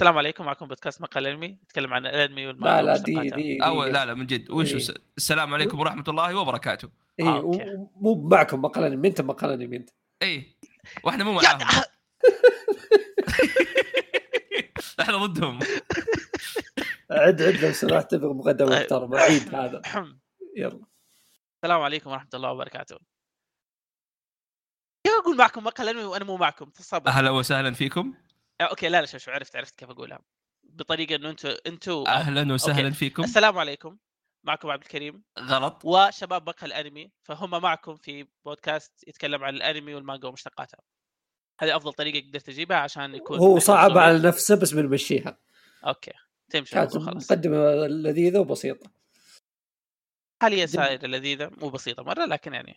السلام عليكم معكم بودكاست مقال علمي نتكلم عن الانمي والمانجا لا لا دي ومشتقاتها. دي, دي أو لا لا من جد وش إيه. الس- السلام عليكم ورحمه الله وبركاته إيه، آه، أوكي. و- مو معكم مقال انمي انت مقال انمي انت اي إيه. واحنا مو يا معاهم آه. احنا ضدهم عد عد لو سمحت بمقدمه طيب. محترمه عيد هذا أحم. يلا السلام عليكم ورحمه الله وبركاته كيف اقول معكم مقال علمي وانا مو معكم تصبر أه. اهلا وسهلا فيكم آه، اوكي لا لا شوف شو عرفت عرفت كيف اقولها بطريقه انه انتم انتم اهلا وسهلا فيكم السلام عليكم معكم عبد الكريم غلط وشباب مقهى الانمي فهم معكم في بودكاست يتكلم عن الانمي والمانجا ومشتقاتها هذه افضل طريقه قدرت اجيبها عشان يكون هو صعب صوتي. على نفسه بس بنمشيها اوكي تمشي كانت الموضوع خلاص مقدمه لذيذه وبسيطه حاليا جميل. سائره لذيذه مو بسيطه مره لكن يعني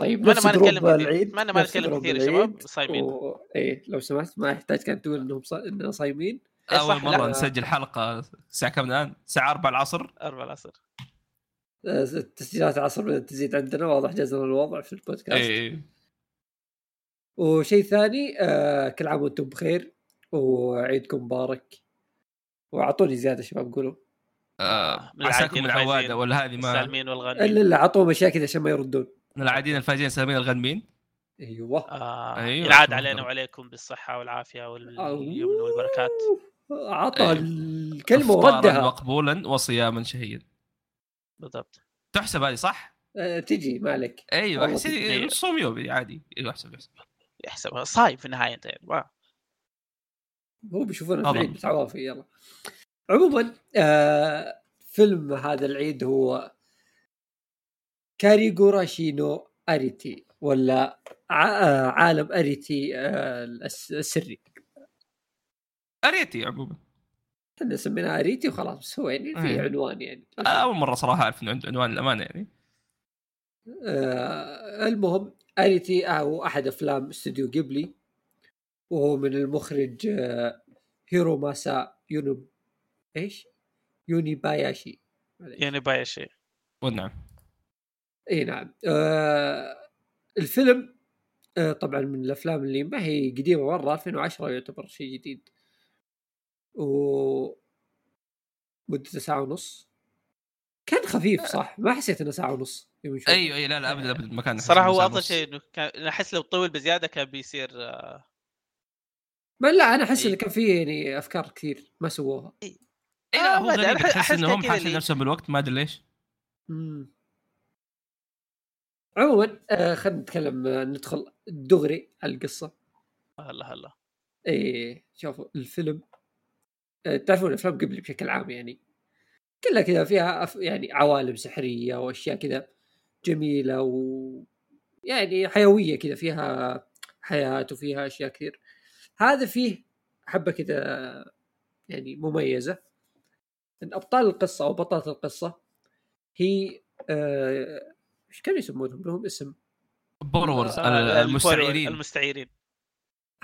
طيب ما أنا نفس ما جروب نتكلم كثير. العيد ما أنا ما نفس نتكلم جروب كثير يا العيد شباب، صايمين. و... ايه لو سمحت ما يحتاج كان تقول انهم ص... اننا صايمين إيه اول صح، لا. مره نسجل حلقه الساعه كم الان؟ الساعه 4 العصر اربع العصر آه، تسجيلات العصر بدات تزيد عندنا واضح جزنا الوضع في البودكاست إيه. اي وشيء ثاني آه كل عام وانتم بخير وعيدكم مبارك واعطوني زياده شباب قولوا آه، من عساكم العادين من الفايزين. العواده ولا هذه ما السالمين الا والغانمين الا اعطوه مشاكل عشان ما يردون من العادين الفاجئين سامين الغنمين ايوه آه أيوة، ينعاد أكبر علينا مقدار. وعليكم بالصحه والعافيه أوه. واليمن والبركات اعطى إيه. الكلمه إفطاراً وردها مقبولا وصياما شهيا بالضبط تحسب هذه صح؟ آه تجي ما عليك ايوه والله احسن تجي. صوم يومي عادي ايوه احسب احسب يحسب صايم في النهايه انت يعني ما- هو بيشوفونه في تفضل. العيد بس عوافي يلا عموما آه فيلم هذا العيد هو كاريغوراشينو اريتي ولا ع- آه، عالم اريتي آه، الس- السري اريتي عموما احنا سميناه اريتي وخلاص بس هو يعني في أيه. عنوان يعني إيه. انا اول مره صراحه اعرف انه عنده عنوان الامانه يعني آه المهم اريتي هو احد افلام استوديو جيبلي وهو من المخرج آه هيرو ماسا يونو ايش؟ يوني باياشي يعني باي شيء والنعم اي نعم آه الفيلم آه طبعا من الافلام اللي ما هي قديمه مره 2010 يعتبر شيء جديد و مدته ساعه ونص كان خفيف صح ما حسيت انه ساعه ونص يوم شوي. ايوه اي لا لا ابدا ابدا ما كان صراحه هو حسب افضل نص. شيء انه كان احس لو طول بزياده كان بيصير آه، ما لا انا احس أي. انه كان فيه يعني افكار كثير ما سووها اي إيه لا آه، هو ما أدري، غريب أنا تحس أحس انهم كذا يعني. حاسين اللي- نفسهم بالوقت ما ادري ليش مم. عموما آه خلينا نتكلم آه ندخل دغري على القصه هلا هلا ايه شوفوا الفيلم آه، تعرفون الافلام قبل بشكل عام يعني كلها كذا فيها أف... يعني عوالم سحريه واشياء كذا جميله و يعني حيويه كذا فيها حياه وفيها اشياء كثير هذا فيه حبه كذا يعني مميزه ان ابطال القصه او بطله القصه هي ايش آه... إيش كانوا يسمونهم لهم اسم بورورز آه، الفور- المستعيرين المستعيرين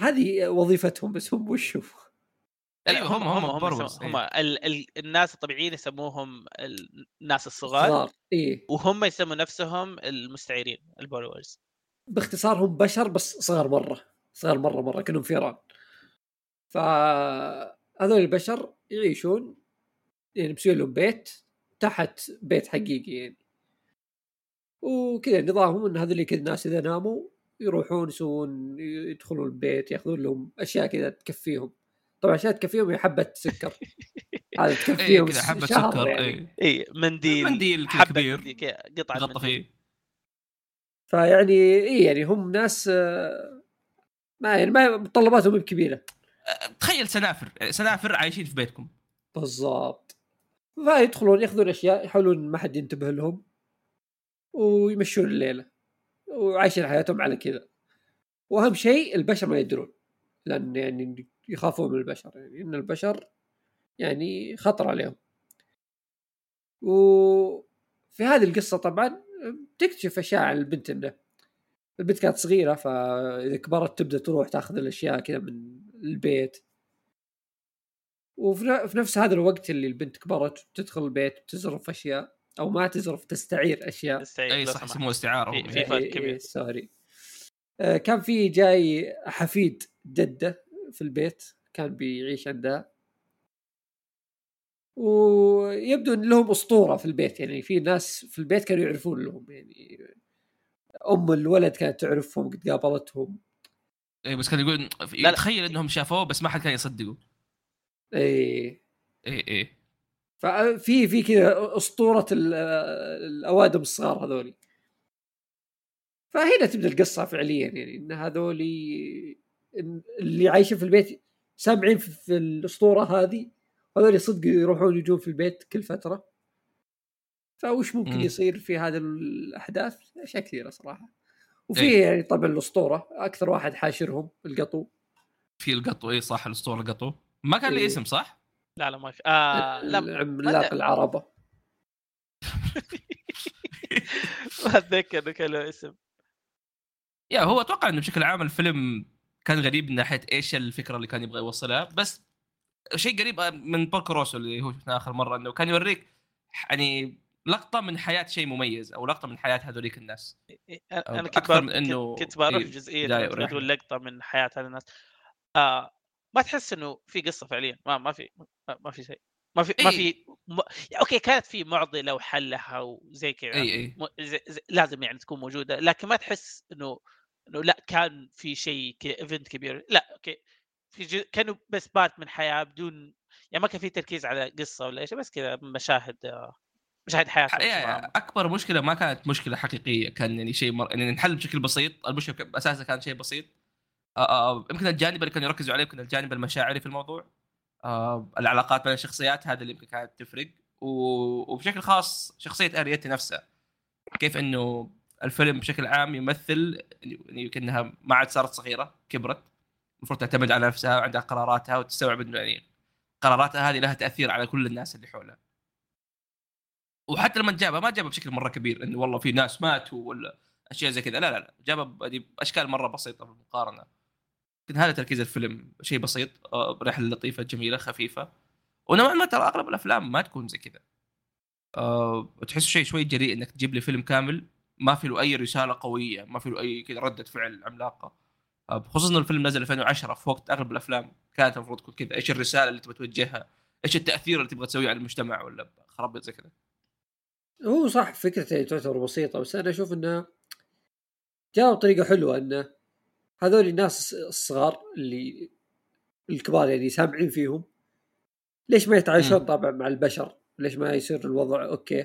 هذه وظيفتهم بس هم وش هو؟ ايوه هم هم بورورز يسمو- هم ال- ال- الناس الطبيعيين يسموهم ال- الناس الصغار صغار ايه وهم يسموا نفسهم المستعيرين البولورز باختصار هم بشر بس صغار مره صغار مره مره كانهم فيران فهذول البشر يعيشون يعني مسوي لهم بيت تحت بيت حقيقي يعني وكذا نظامهم ان هذول كذا الناس اذا ناموا يروحون يسوون يدخلون البيت ياخذون لهم اشياء كذا تكفيهم طبعا اشياء تكفيهم هي حبه سكر هذا اي تكفيهم إيه، كذا حبه شهر سكر إيه. يعني. اي اي منديل منديل كذا إيه. حبة كبير منديل كذا، قطعه غطى منديل. فيه فيعني اي يعني هم ناس آه، ما يعني ما متطلباتهم كبيره أه، تخيل سنافر سنافر عايشين في بيتكم بالضبط فيدخلون ياخذون اشياء يحاولون ما حد ينتبه لهم ويمشون الليله وعايشين حياتهم على كذا واهم شيء البشر ما يدرون لان يعني يخافون من البشر يعني ان البشر يعني خطر عليهم وفي هذه القصه طبعا تكتشف اشياء عن البنت انه البنت كانت صغيره فاذا كبرت تبدا تروح تاخذ الاشياء كذا من البيت وفي ن- في نفس هذا الوقت اللي البنت كبرت تدخل البيت تزرف اشياء او ما تزرف تستعير اشياء المستعير اي لو صح سمحت. يسموه استعاره هم. في إيه. فرق إيه، إيه، كبير. سوري آه، كان في جاي حفيد جده في البيت كان بيعيش عندها ويبدو ان لهم اسطوره في البيت يعني في ناس في البيت كانوا يعرفون لهم يعني ام الولد كانت تعرفهم قد قابلتهم إيه بس كان يقول لا. تخيل انهم شافوه بس ما حد كان يصدقه إيه، اي اي اي ففي في كذا اسطوره ال- الاوادم الصغار هذولي فهنا تبدا القصه فعليا يعني ان هذولي إن اللي عايشين في البيت سامعين في- في الاسطوره هذه هذول صدق يروحون يجون في البيت كل فتره فوش ممكن مم. يصير في هذا الاحداث اشياء كثيره صراحه وفي إيه. يعني طبعا الاسطوره اكثر واحد حاشرهم القطو في القطو اي صح الاسطوره القطو ما كان لي إيه. اسم صح؟ لا لا ما في آه لا العملاق بدأ. العربه ما اتذكر انه كان له اسم يا هو اتوقع انه بشكل عام الفيلم كان غريب من ناحيه ايش الفكره اللي كان يبغى يوصلها بس شيء قريب آه، من بوركو روسو اللي هو شفناه اخر مره انه كان يوريك يعني لقطه من حياه شيء مميز او لقطه من حياه هذوليك الناس انا أنا كنت أكثر بروح من إنه- كنت بروح إيه، جزئيه بداية لما ورحلة. تقول لقطه من حياه هذا الناس آه ما تحس انه في قصه فعليا ما ما في ما- ما في شيء ما في ما إيه. في ما اوكي كانت في معضله وحلها وزي كذا اي اي مو- زي- زي- لازم يعني تكون موجوده لكن ما تحس انه انه لا كان في شيء كذا ايفنت كبير لا اوكي في جزء كانوا بس بات من حياه بدون يعني ما كان في تركيز على قصه ولا شيء بس كذا مشاهد آه، مشاهد حياه ح- يا- اكبر مشكله إيه، ما كانت مشكله حقيقيه كان يعني شيء مر... يعني نحل بشكل بسيط المشكله ك- اساسها كان شيء بسيط آه، آه، يمكن الجانب اللي كانوا يركزوا عليه يمكن الجانب المشاعري في الموضوع آه، العلاقات بين الشخصيات هذا اللي يمكن كانت تفرق و... وبشكل خاص شخصيه اريتي نفسها كيف انه الفيلم بشكل عام يمثل يعني كانها ما عاد صارت صغيره كبرت المفروض تعتمد على نفسها وعندها قراراتها وتستوعب انه يعني قراراتها هذه لها تاثير على كل الناس اللي حولها وحتى لما جابها ما جابها بشكل مره كبير انه والله في ناس ماتوا ولا اشياء زي كذا لا لا لا جابها ب- يعني باشكال مره بسيطه بالمقارنه لكن هذا تركيز الفيلم شيء بسيط آه، رحله لطيفه جميله خفيفه ونوعا ما ترى اغلب الافلام ما تكون زي كذا أه تحس شيء شوي جريء انك تجيب لي فيلم كامل ما في له اي رساله قويه ما في له اي كذا رده فعل عملاقه آه، بخصوص انه الفيلم نزل 2010 في وقت اغلب الافلام كانت المفروض تكون كذا ايش الرساله اللي تبغى توجهها ايش التاثير اللي تبغى تسويه على المجتمع ولا خرابيط زي كذا هو صح فكرته يعني تعتبر بسيطه بس انا اشوف انه جاء بطريقه حلوه انه هذول الناس الصغار اللي الكبار يعني سامعين فيهم ليش ما يتعايشون مم. طبعا مع البشر؟ ليش ما يصير الوضع اوكي؟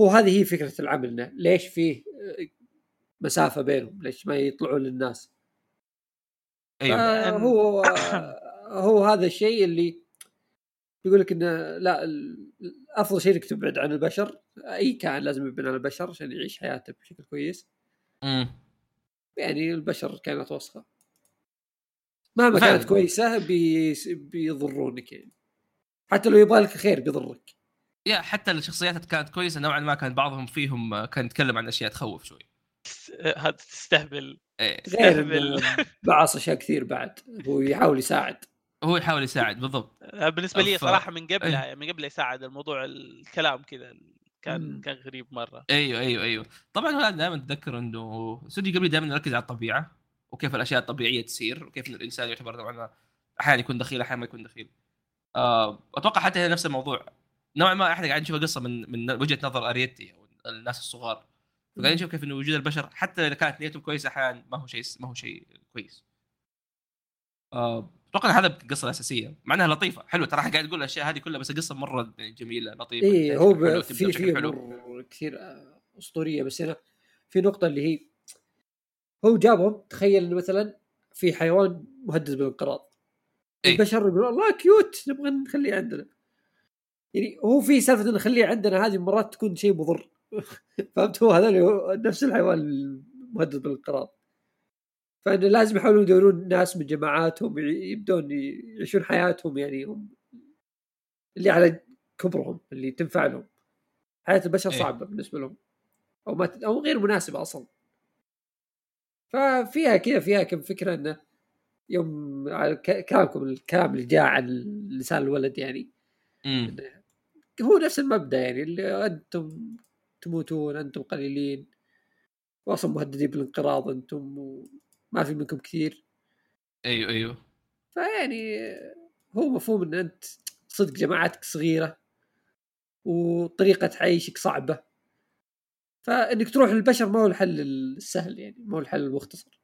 هو هذه هي فكره العمل انه ليش فيه آه، مسافه بينهم؟ ليش ما يطلعوا للناس؟ ايوه آه، لأن- هو هو هذا الشيء اللي يقول لك انه لا ال- افضل شيء انك تبعد عن البشر اي كائن لازم يبعد عن البشر عشان يعيش حياته بشكل كويس امم يعني البشر كائنات وسخه مهما فعلاً. كانت كويسه بيس- بيضرونك يعني حتى لو يبغى لك خير بيضرك يا حتى الشخصيات كانت كويسه نوعا ما كان بعضهم فيهم آه، كان يتكلم عن اشياء تخوف شوي هذا تستهبل إيه. غير استهبل. إنه بعص اشياء كثير بعد هو يحاول يساعد هو يحاول يساعد بالضبط بالنسبه آه، لي ف- صراحه من إيه. قبلها يعني من قبل يساعد الموضوع الكلام كذا كان مم. كان غريب مره ايوه ايوه ايوه طبعا هو دائما اتذكر انه استوديو قبلي دائما يركز على الطبيعه وكيف الاشياء الطبيعيه تصير وكيف إن الانسان يعتبر نوعا ما احيانا يكون دخيل احيانا ما يكون دخيل آه، اتوقع حتى هنا نفس الموضوع نوعا ما احنا قاعدين نشوف القصه من من وجهه نظر اريتي او الناس الصغار فقاعدين نشوف كيف انه وجود البشر حتى اذا كانت نيتهم كويسه احيانا ما هو شيء ما هو شيء كويس آه، اتوقع إن هذا القصه الاساسيه مع انها لطيفه حلوه ترى إحنا قاعد نقول الاشياء هذه كلها بس القصه مره جميله لطيفه اي إيه، هو بشكل حلو، ب- تبدأ في بشكل في حلو. امور كثير آه، اسطوريه بس هنا في نقطه اللي هي هو جابهم تخيل انه مثلا في حيوان مهدد بالانقراض إيه. البشر يقولون الله كيوت نبغى نخليه عندنا يعني هو في سالفه انه نخليه عندنا هذه مرات تكون شيء مضر فهمت هو هذول هو نفس الحيوان المهدد بالانقراض فانه لازم يحاولون يدورون ناس من جماعاتهم ي- يبدون ي- يعيشون حياتهم يعني هم اللي على كبرهم اللي تنفع لهم حياه البشر إيه. صعبه بالنسبه لهم او ما ت- او غير مناسبه اصلا ففيها كذا فيها كم فكره انه يوم على ك- كلامكم الكلام اللي جاء عن لسان الولد يعني أمم. هو نفس المبدا يعني اللي انتم تموتون انتم قليلين واصلا مهددين بالانقراض انتم وما في منكم كثير ايوه ايوه ف فيعني هو مفهوم ان انت صدق جماعتك صغيره وطريقه عيشك صعبه فانك تروح للبشر ما هو الحل السهل يعني ما هو الحل المختصر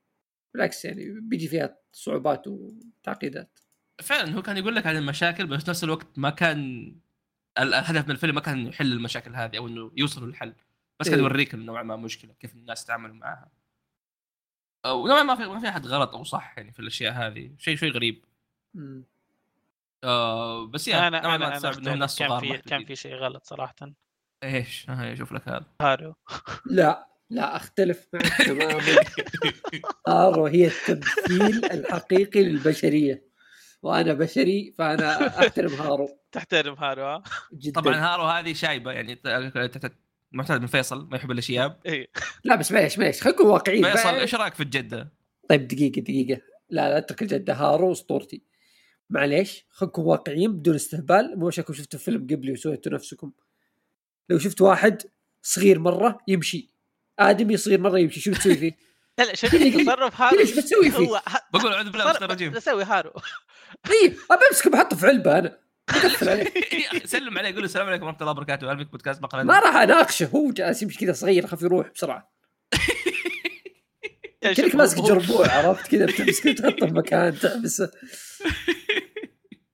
بالعكس يعني بيجي فيها صعوبات وتعقيدات فعلا هو كان يقول لك عن المشاكل بس نفس الوقت ما كان ال- الهدف من الفيلم ما كان يحل المشاكل هذه او انه يوصلوا للحل بس كان إيه. يوريك إنه نوعا ما مشكله كيف الناس تعاملوا معها ونوعا ما في ما في احد غلط او صح يعني في الاشياء هذه شيء شيء غريب مم. آه بس يا انا نوعا انا, ما أنا تستوعب انه أختلف. الناس كان صغار في محدودين. كان في شيء غلط صراحه ايش آه، شوف لك هذا هارو لا لا اختلف معك تماما ارو هي التمثيل الحقيقي للبشريه وانا بشري فانا احترم هارو تحترم هارو ها جدا طبعا إيه. هارو هذه شايبه يعني ت- ت- ت- معتاد بن فيصل ما يحب الاشياء إيه. لا بس معليش معليش خلينا نكون واقعيين فيصل معليش. ايش رايك في الجده؟ طيب دقيقه دقيقه لا لا اترك الجده هارو اسطورتي معليش خلينا نكون واقعيين بدون استهبال مو عشانكم شفتوا فيلم قبلي وسويتوا نفسكم لو شفت واحد صغير مره يمشي ادمي صغير مره يمشي شو بتسوي فيه؟ لا لا شوف تصرف هارو ليش بتسوي فيه؟ هو ه- بقول اعوذ بالله من الشيطان الرجيم بسوي هارو إيه. اي ابى امسكه بحطه في علبه انا بقفل عليه يا أخي، سلم عليه قول له السلام عليكم ورحمه الله وبركاته اهلا بك بودكاست مقال ما راح اناقشه هو جالس يمشي كذا صغير خاف يروح بسرعه يعني شوف، كانك ماسك هو- جربوع عرفت كذا بتمسكه تحطه في مكان تحبسه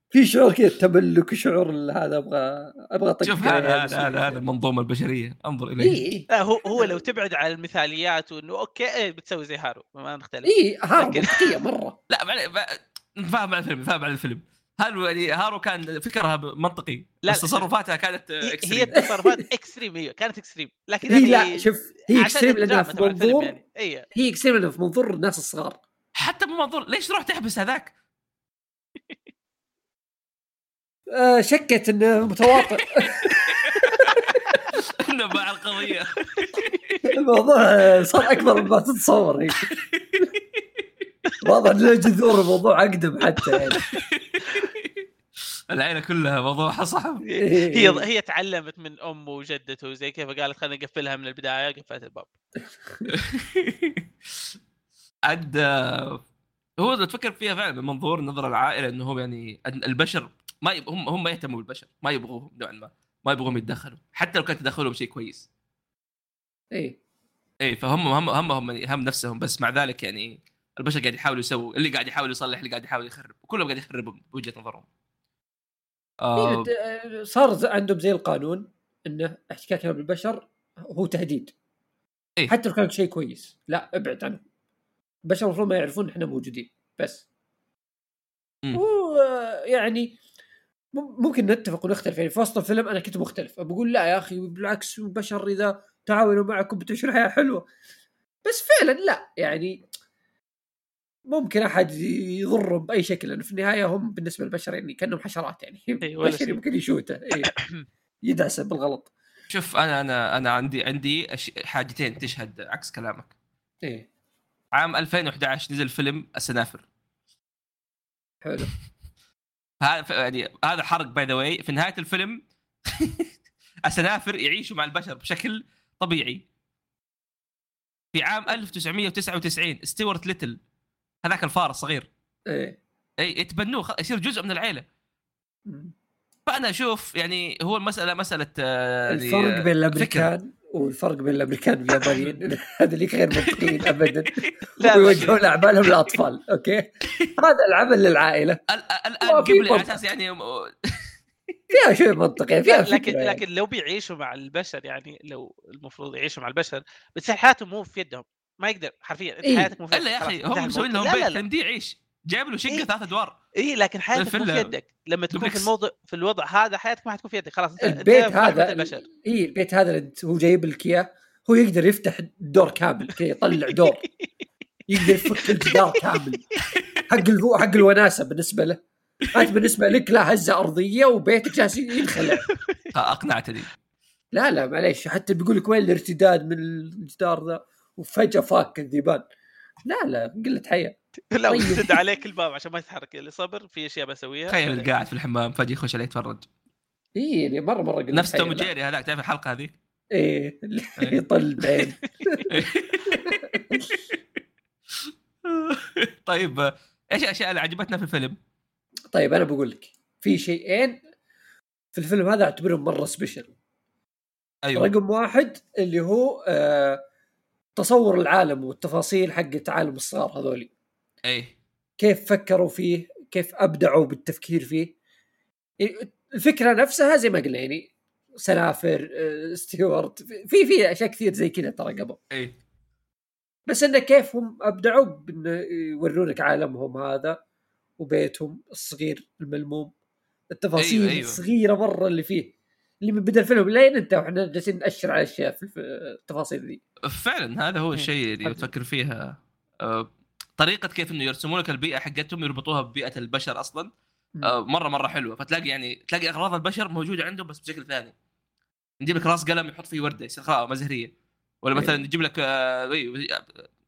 في شعور كذا تملك وشعور هذا ابغى ابغى اطق شوف كذا هذا يعني. هذا هذا- هذا المنظومه البشريه انظر اليه اي إي. لا، هو هو لو تبعد عن المثاليات وانه اوكي إيه، بتسوي زي هارو ما نختلف اي هارو لكن- منطقيه مره لا معلي- ما- نتفاهم على الفيلم نتفاهم على الفيلم هارو يعني هارو كان فكرها منطقي لا، بس تصرفاتها كانت هي- extreme. هي التصرفات اكستريم هي كانت اكستريم لكن هي يعني لا شوف هي عشان اكستريم لانها الدراما في تبع الفيلم منظور يعني. اي هي اكستريم لانها في منظور الناس الصغار حتى مو منظور ليش تروح تحبس هذاك؟ آه، شكت انه متواطئ انه باع القضيه الموضوع آه، صار اكبر مما تتصور هيك واضح انه جذور الموضوع اقدم حتى يعني العيله كلها موضوعها صعب هي إيه. هي تعلمت من امه وجدته وزي كيف قالت خلينا نقفلها من البدايه قفلت الباب عد هو اذا تفكر فيها فعلا من منظور نظره العائله انه هو يعني البشر ما يب... هم هم ما يهتموا بالبشر ما يبغوهم نوعا ما ما يبغوهم يتدخلوا حتى لو كان تدخلهم شيء كويس اي اي إيه، فهم هم همهم هم نفسهم بس مع ذلك يعني البشر قاعد يحاولوا يسووا اللي قاعد يحاول يصلح اللي قاعد يحاول يخرب كلهم قاعد يخربوا بوجهه نظرهم آه إيه، صار ز- عندهم زي القانون انه احتكاكنا بالبشر هو تهديد إيه. حتى لو كان شيء كويس لا ابعد عنهم البشر المفروض ما يعرفون احنا موجودين بس مم. و- آه، يعني مم- ممكن نتفق ونختلف يعني في وسط الفيلم انا كنت مختلف بقول لا يا اخي بالعكس البشر اذا تعاونوا معكم بتنشر حياه حلوه بس فعلا لا يعني ممكن احد يضرهم باي شكل لانه في النهايه هم بالنسبه للبشر يعني كانهم حشرات يعني إي، إيه، ولا بشر شيء. يمكن يشوته إي. يدعسه بالغلط شوف انا انا انا عندي عندي أش- حاجتين تشهد عكس كلامك ايه عام 2011 نزل فيلم السنافر حلو هذا ف- يعني هذا حرق باي ذا واي في نهايه الفيلم السنافر يعيشوا مع البشر بشكل طبيعي في عام 1999 ستيوارت ليتل هذاك الفار الصغير ايه اي يتبنوه خ- يصير جزء من العيله مم. فانا اشوف يعني هو المساله مساله آه، يعني، الفرق آه، بين الامريكان والفرق بين الامريكان واليابانيين هذا اللي غير منطقيين ابدا لا، ويوجهون اعمالهم للاطفال اوكي هذا العمل للعائله آه، ال- ال- هو الان في قبل على فرق. اساس يعني م- فيها شوي منطق يعني فيها لكن فكرة يعني. لكن لو بيعيشوا مع البشر يعني لو المفروض يعيشوا مع البشر بس حياتهم مو في يدهم ما يقدر حرفيا انت إيه. حياتك مو في الا يا خلاص، اخي انتهى هم مسوين الموضوع. لهم لا بيت لا لا تمديه يعيش جايب له شقه إيه. ثلاث ادوار اي لكن حياتك مو في الفيلا. يدك لما تكون في دوبلكس. الموضع في الوضع هذا حياتك ما حتكون في يدك خلاص انت- انت البيت في رحمة هذا البشر اي البيت هذا اللي هو جايب لك اياه هو يقدر يفتح دور كامل كي يطلع دور يقدر يفك الجدار كامل حق الهو حق الوناسه بالنسبه له انت بالنسبه لك لا هزه ارضيه وبيتك جالس ينخلع اقنعتني لا لا معليش حتى بيقول لك وين الارتداد من الجدار ذا وفجاه فاك الذيبان لا لا قله حياه لا طيب. وتسد عليك الباب عشان ما تتحرك اللي صبر في اشياء بسويها تخيل قاعد في الحمام فجاه يخش عليه يتفرج اي يعني مره مره قله نفس حياة، توم لا. جيري هذاك تعرف الحلقه هذيك ايه يطل البعين طيب آه، ايش الاشياء اللي عجبتنا في الفيلم؟ طيب انا بقول لك في شيئين في الفيلم هذا اعتبرهم مره سبيشل ايوه رقم واحد اللي هو آه، تصور العالم والتفاصيل حقت عالم الصغار هذولي اي كيف فكروا فيه كيف ابدعوا بالتفكير فيه الفكره نفسها زي ما قلنا يعني سنافر آه، ستيوارت في في اشياء كثير زي كذا ترى قبل اي بس انه كيف هم ابدعوا بانه يورونك عالمهم هذا وبيتهم الصغير الملموم التفاصيل أيوة، أيوة أيوة. أيوة. الصغيره مره اللي فيه اللي من بدا الفيلم لين انت واحنا جالسين ناشر على اشياء في الف- التفاصيل ذي فعلا هذا هو مم. الشيء اللي حلو. نفكر فيها آه، طريقة كيف انه يرسمون لك البيئة حقتهم يربطوها ببيئة البشر اصلا آه، مرة مرة حلوة فتلاقي يعني تلاقي اغراض البشر موجودة عندهم بس بشكل ثاني نجيب لك راس قلم يحط فيه وردة يصير خلاص مزهرية ولا مثلا أيوة. نجيب لك آه، أي،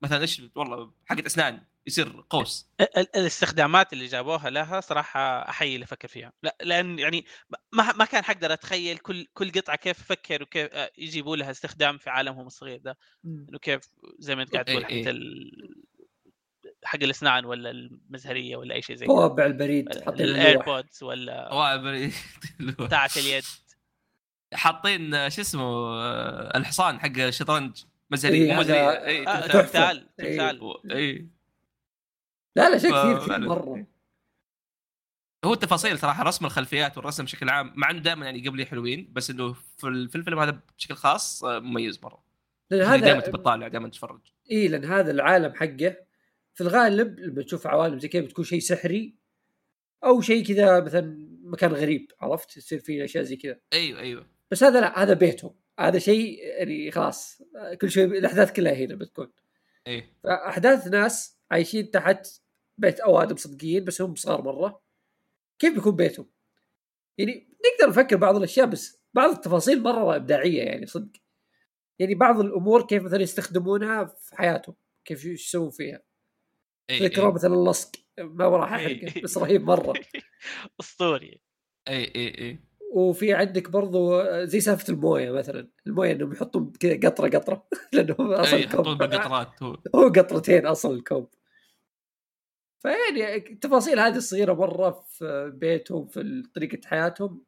مثلا ايش والله حقة اسنان يصير قوس ال- ال- الاستخدامات اللي جابوها لها صراحه احيي اللي فكر فيها لا لان يعني ما ما كان حقدر اتخيل كل كل قطعه كيف فكر وكيف آه، يجيبوا لها استخدام في عالمهم الصغير ده مم. انه كيف زي ما انت قاعد إيه، تقول إيه. حتى ال... حق الاسنان ولا المزهريه ولا اي شيء زي كذا طوابع البريد حاطين اللوح. الايربودز ولا طوابع بتاعه اليد حاطين آه، شو اسمه آه، الحصان حق الشطرنج مزهرية إيه، هذا- مو مزهرية اي آه، تمثال. تمثال إيه. تمثال اي لا لا شيء ف- كثير كثير فعلا. مره هو التفاصيل صراحه رسم الخلفيات والرسم بشكل عام مع انه دائما يعني قبلي حلوين بس انه في ال- في الفيلم هذا بشكل خاص آه، مميز مره لان دائما هذا تبي تطالع دائما تتفرج اي لان هذا العالم حقه في الغالب لما تشوف عوالم زي كذا بتكون شيء سحري او شيء كذا مثلا مكان غريب عرفت يصير فيه اشياء زي كذا ايوه ايوه بس هذا لا هذا بيتهم هذا شيء يعني خلاص كل شيء الاحداث كلها هنا بتكون ايوه فاحداث ناس عايشين تحت بيت اوادم صدقيين بس هم صغار مره كيف بيكون بيتهم؟ يعني نقدر نفكر بعض الاشياء بس بعض التفاصيل مره ابداعيه يعني صدق يعني بعض الامور كيف مثلا يستخدمونها في حياتهم كيف شو- شو يسوون فيها اي ذكروا مثلا اللصق ما راح احرقه إيه. بس رهيب مره اسطوري اي اي اي وفي عندك برضو آه، زي سالفه المويه مثلا المويه انهم يحطون كذا قطره قطره لانهم اصلا أي، إيه، أيوه، يحطون الكوب- بالقطرات هو هو قطرتين اصلا الكوب فيعني التفاصيل هذه الصغيره مره في بيتهم في طريقه حياتهم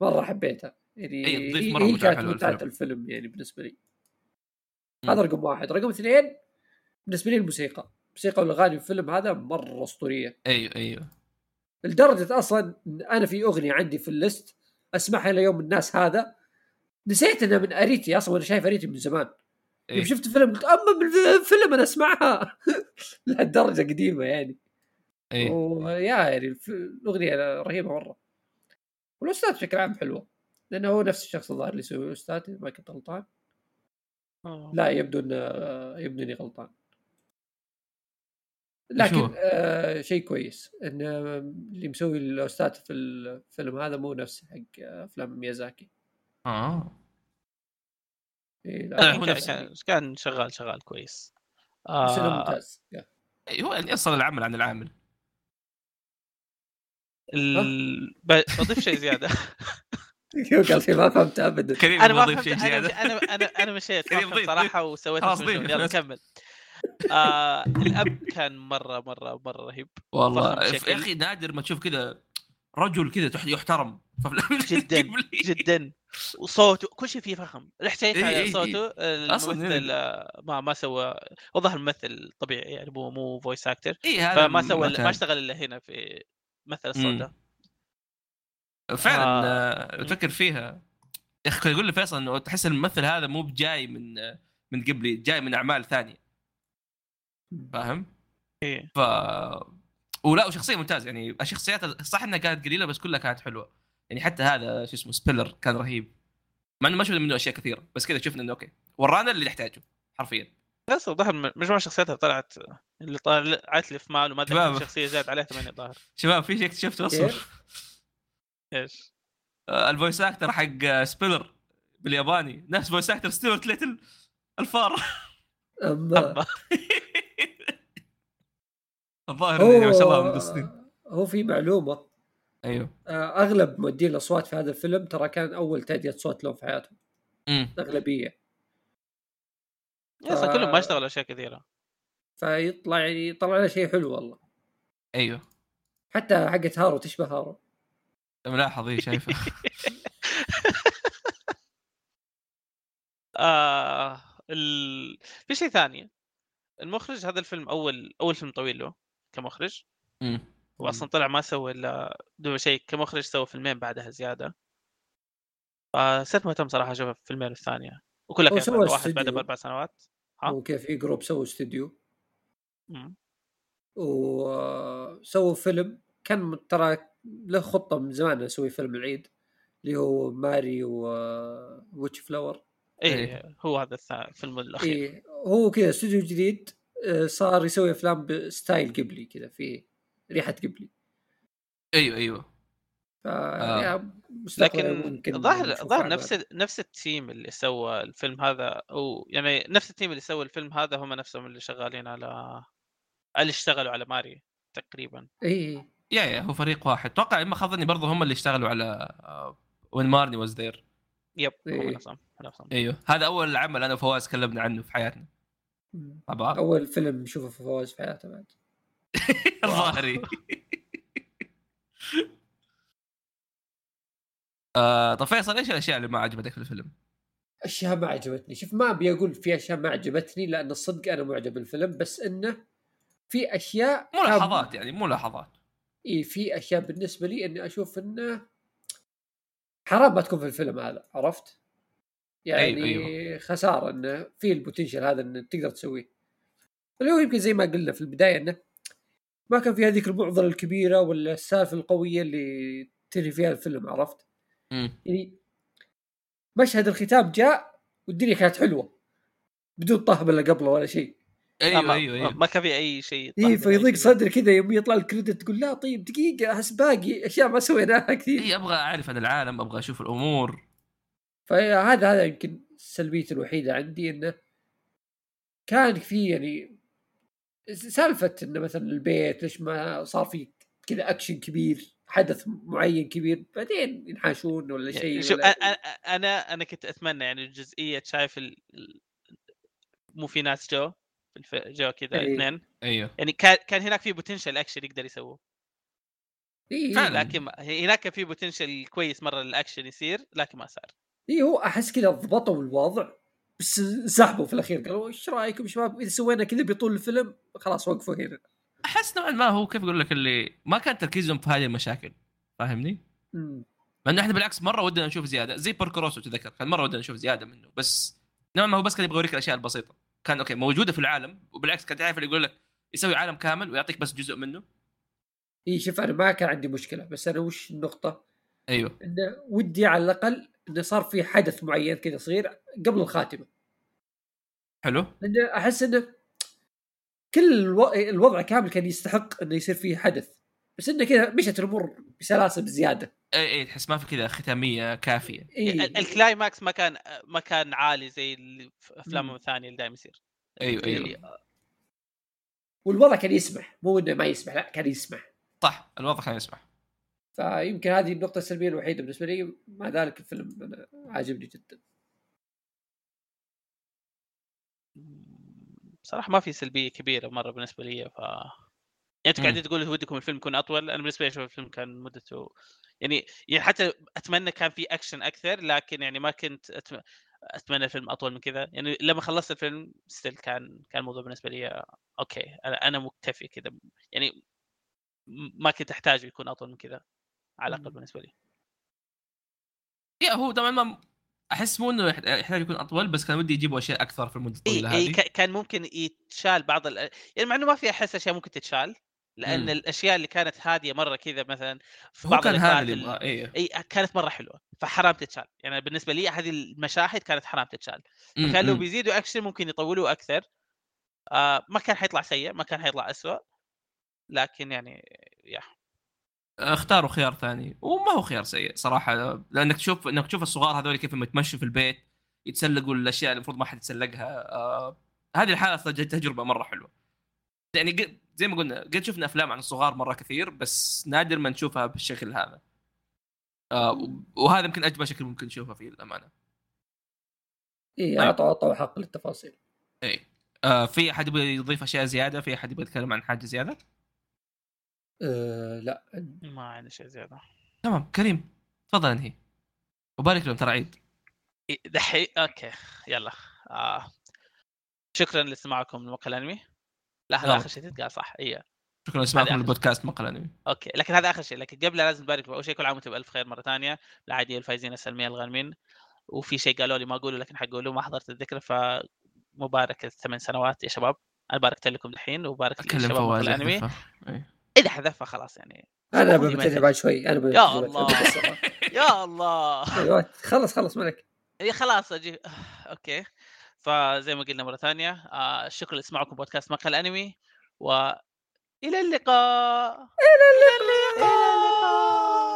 مره حبيتها يعني أي، إيه، تضيف هي- مرة هي متعة كانت حلوة متعه للفيلم. الفيلم يعني بالنسبه لي مم. هذا رقم واحد رقم اثنين بالنسبه لي الموسيقى الموسيقى والاغاني في الفيلم هذا مره اسطوريه ايوه ايوه لدرجه اصلا إن انا في اغنيه عندي في الليست اسمعها ليوم الناس هذا نسيت انها من اريتي اصلا وانا شايف اريتي من زمان إيه. يوم شفت الفيلم قلت اما بالفيلم انا اسمعها لهالدرجه قديمه يعني ايوه ويا يعني الف- الاغنيه رهيبه مره والاستاذ بشكل عام حلوه لانه هو نفس الشخص الظاهر اللي يسوي الاستاذ إذا ما كنت غلطان آه. لا يبدو ان يبدو اني غلطان لكن شو؟ آه شيء كويس ان آه، اللي مسوي الاستاذ في الفيلم هذا مو نفسه حق آه، افلام ميازاكي اه إيه لا، لا هو كان- نفسه. كان- يعني كان شغال شغال كويس بس إنه آه، ممتاز يا. أي، هو يعني يفصل العمل عن العامل أه؟ ال... ب- بضيف شيء زياده هو قال شيء ما فهمت ابدا كريم انا ما يضيف فهمت شيء انا مش- زياده انا انا انا مشيت ما كريم فهمت ضيف، صراحه وسويت خلاص مش ضيف، مجنون. يلا خلاص. كمل آه الاب كان مره مره مره رهيب والله فخم يا بشكل. اخي نادر ما تشوف كذا رجل كذا تح- يحترم في أفلام جداً، قبلي. جدا وصوته كل شيء فيه فخم رحت إيه، على إيه، إيه. صوته أصلاً إيه. الممثل آه، ما ما سوى وظهر ممثل طبيعي يعني مو مو فويس اكتر اي إيه، هذا فما سوى كان. ما اشتغل الا هنا في مثل الصوت مم. ده. فعلا آه. آه. تفكر فيها يا اخي كان يقول لي فيصل انه تحس الممثل هذا مو بجاي من آه، من قبلي جاي من اعمال ثانيه فاهم؟ إيه. ف ولا وشخصيه ممتازه يعني الشخصيات صح انها كانت قليله بس كلها كانت حلوه يعني حتى هذا شو اسمه سبيلر كان رهيب مع انه ما شفنا منه اشياء كثيره بس كذا شفنا انه اوكي ورانا اللي نحتاجه حرفيا بس ظهر مجموعه شخصياتها طلعت اللي طلع عتلة في مال وما ادري شباب. كم شخصيه زاد عليها ثمانيه ظهر شباب في شيء اكتشفته اصلا كيف؟ ايش؟ آه، الفويس اكتر حق آه، سبيلر بالياباني نفس فويس اكتر ستيوارت ليتل الفار اما الظاهر يعني ما شاء الله من هو آه، السنين هو في معلومه ايوه آه، اغلب مؤدين الاصوات في هذا الفيلم ترى كان اول تاديه صوت لهم في حياتهم امم الاغلبيه اصلا كلهم ما آه. اشتغلوا اشياء كثيره فيطلع يعني طلع لنا شيء حلو والله ايوه حتى حقت هارو تشبه هارو ملاحظ إيه، شايفه آه ال... في شيء ثاني المخرج هذا الفيلم اول اول فيلم طويل له كمخرج أمم. واصلا طلع ما سوى الا دون شيء كمخرج سوى فيلمين بعدها زياده فصرت مهتم صراحه اشوف الفيلمين الثانيه وكلها هو كانت سوى واحد بعده استوديو. باربع سنوات آه. ها؟ وكيف في جروب سووا استوديو مم. وسووا فيلم كان م- ترى له خطه من زمان انه يسوي فيلم العيد اللي هو ماري آه، وويتش فلاور اي إيه. هو هذا الثا- الفيلم الاخير إيه هو كذا استوديو جديد آه، صار يسوي افلام بستايل قبلي كذا فيه ريحه قبلي ايوه ايوه ف آه. يعني مستقبلا لكن ممكن ظاهر نشوف ظاهر أعمال. نفس ال- نفس التيم اللي سوى الفيلم هذا او يعني نفس التيم اللي سوى الفيلم هذا هم نفسهم اللي شغالين على اللي اشتغلوا على ماري تقريبا اي يا يا هو فريق واحد اتوقع اما خاب ظني برضه هم اللي اشتغلوا على آه، وين مارني واز ذير يب هم إيه. نفسهم هم نفسهم ايوه هذا اول عمل انا وفواز تكلمنا عنه في حياتنا مع بعض اول فيلم نشوفه في فواز في حياته بعد ظاهري آه، طب فيصل ايش الاشياء اللي ما عجبتك في الفيلم؟ اشياء ما عجبتني شوف ما ابي اقول في اشياء ما عجبتني لان الصدق انا معجب بالفيلم بس انه في اشياء ملاحظات يعني ملاحظات اي في اشياء بالنسبه لي اني اشوف انه حرام ما تكون في الفيلم هذا عرفت؟ يعني أيوة، أيوه. خساره انه في البوتنشل هذا انه تقدر تسويه. اللي هو يمكن زي ما قلنا في البدايه انه ما كان في هذيك المعضله الكبيره ولا السالفه القويه اللي تري فيها الفيلم عرفت؟ مم. يعني مشهد الختام جاء والدنيا كانت حلوه بدون طهب الا قبله ولا شيء. آه، ما- ايوه ايوه ايوه ما كان في اي شيء اي طاح من أي إيه، شيء. فيضيق صدر كذا يوم يطلع الكريدت تقول لا طيب دقيقه احس باقي اشياء ما سويناها كثير. اي ابغى اعرف إيه، عن العالم ابغى اشوف الامور فهذا هذا يمكن سلبيتي الوحيده عندي انه كان في يعني سالفه انه مثلا البيت ليش ما صار في كذا اكشن كبير حدث معين كبير بعدين ينحاشون ولا يعني شيء شوف ولا إيه. أ- أ- انا انا كنت اتمنى يعني جزئيه شايف ال... ال- مو في ناس جو في الف- جو كذا إيه. اثنين ايوه يعني كان كان هناك في بوتنشل اكشن يقدر يسووه إيه فعلا. لكن ما- هناك كان في بوتنشل كويس مره الاكشن يصير لكن ما صار إيه هو احس كذا ضبطوا الوضع بس انسحبوا في الاخير قالوا ايش رايكم شباب اذا سوينا كذا بيطول الفيلم خلاص وقفوا هنا احس نوعا ما هو كيف اقول لك اللي ما كان تركيزهم في هذه المشاكل فاهمني؟ مم. مع انه احنا بالعكس مره ودنا نشوف زياده زي باركروسو تذكر كان مره ودنا نشوف زياده منه بس نوعا ما هو بس كان يبغى يوريك الاشياء البسيطه كان اوكي موجوده في العالم وبالعكس كان تعرف اللي يقول لك يسوي عالم كامل ويعطيك بس جزء منه اي إيه، شوف انا ما كان عندي مشكله بس انا وش النقطه؟ أيوه. ايوه انه ودي على الاقل انه صار في حدث معين كذا صغير قبل الخاتمه حلو لانه احس انه كل الو... الوضع كامل كان يستحق انه يصير فيه حدث بس انه كذا مشت الامور بسلاسه بزياده اي اي إيه، تحس ما في كذا ختاميه كافيه إيه. إمم. ال- الكلايماكس ما كان ما كان عالي زي ال- في افلامهم مم. الثانيه اللي دائما يصير أيوه، يعني ايوه ايوه اللي- والوضع كان يسمح مو انه ما يسمح لا كان يسمح صح الوضع كان يسمح فيمكن هذه النقطه السلبيه الوحيده بالنسبه لي مع ذلك الفيلم انا عاجبني جدا بصراحه ما في سلبيه كبيره مره بالنسبه لي ف يعني انت مم. إمم. قاعدين تقول ودكم الفيلم يكون اطول انا بالنسبه لي اشوف الفيلم كان مدته يعني يعني حتى اتمنى كان في اكشن اكثر لكن يعني ما كنت أتم... اتمنى الفيلم اطول من كذا يعني لما خلصت الفيلم ستيل كان كان الموضوع بالنسبه لي اوكي انا انا مكتفي كذا يعني ما كنت احتاجه يكون اطول من كذا على الاقل مم. بالنسبه لي يا هو طبعا ما احس مو انه يحت- يحتاج يكون اطول بس كان ودي يجيبوا اشياء اكثر في المده اي الطويله اي هذه كا- كان ممكن يتشال بعض ال... يعني مع انه ما في احس اشياء ممكن تتشال لان مم. الاشياء اللي كانت هاديه مره كذا مثلا في إمم. هو بعض كان هذا اللقاءات اللي إيه، ال- يبغاه اي اي كانت مره حلوه فحرام تتشال يعني بالنسبه لي هذه المشاهد كانت حرام تتشال إمم، كان لو بيزيدوا اكشن ممكن يطولوا اكثر آه ما كان حيطلع سيء ما كان حيطلع أسوأ لكن يعني يا اختاروا خيار ثاني وما هو خيار سيء صراحه لانك تشوف انك تشوف الصغار هذول كيف لما يتمشوا في البيت يتسلقوا الاشياء اللي المفروض ما حد يتسلقها آه، هذه الحاله صراحة تجربه مره حلوه يعني قد- زي ما قلنا قد شفنا افلام عن الصغار مره كثير بس نادر ما نشوفها بالشكل هذا آه، و- وهذا يمكن اجمل شكل ممكن نشوفه فيه للامانه اي طيب. اعطوا اعطوا حق للتفاصيل إيه. آه، في احد يبغى يضيف اشياء زياده في احد يبغى يتكلم عن حاجه زياده أه لا ما عندنا شيء زياده تمام كريم تفضل انهي وبارك لهم ترى عيد إيه، دحين اوكي يلا آه. شكرا لاستماعكم لمقهى الانمي لا هذا يلا. اخر شيء تتقال صح اي شكرا لسماعكم هذا آخر. البودكاست مقال انمي اوكي لكن هذا اخر شيء لكن قبله لازم نبارك اول شيء كل عام وانتم بالف خير مره ثانيه العاديه الفايزين السلميه الغانمين وفي شيء قالوا لي ما اقوله لكن حقوله ما حضرت الذكرى فمبارك الثمان سنوات يا شباب انا باركت لكم الحين وبارك اكلم للشباب مقهى فواز الانمي يحذفها. إيه. اذا حذفها خلاص يعني انا خذي ببتدع مثل. بعد شوي انا ببتدع يا بعد الله. شوي بالصراحة. يا الله أيوة، خلص خلص مالك إيه خلاص اجي اوكي فزي ما قلنا مره ثانيه آه شكرا لاسماعكم بودكاست مقهى الانمي والى اللقاء الى اللقاء, إلى اللقاء.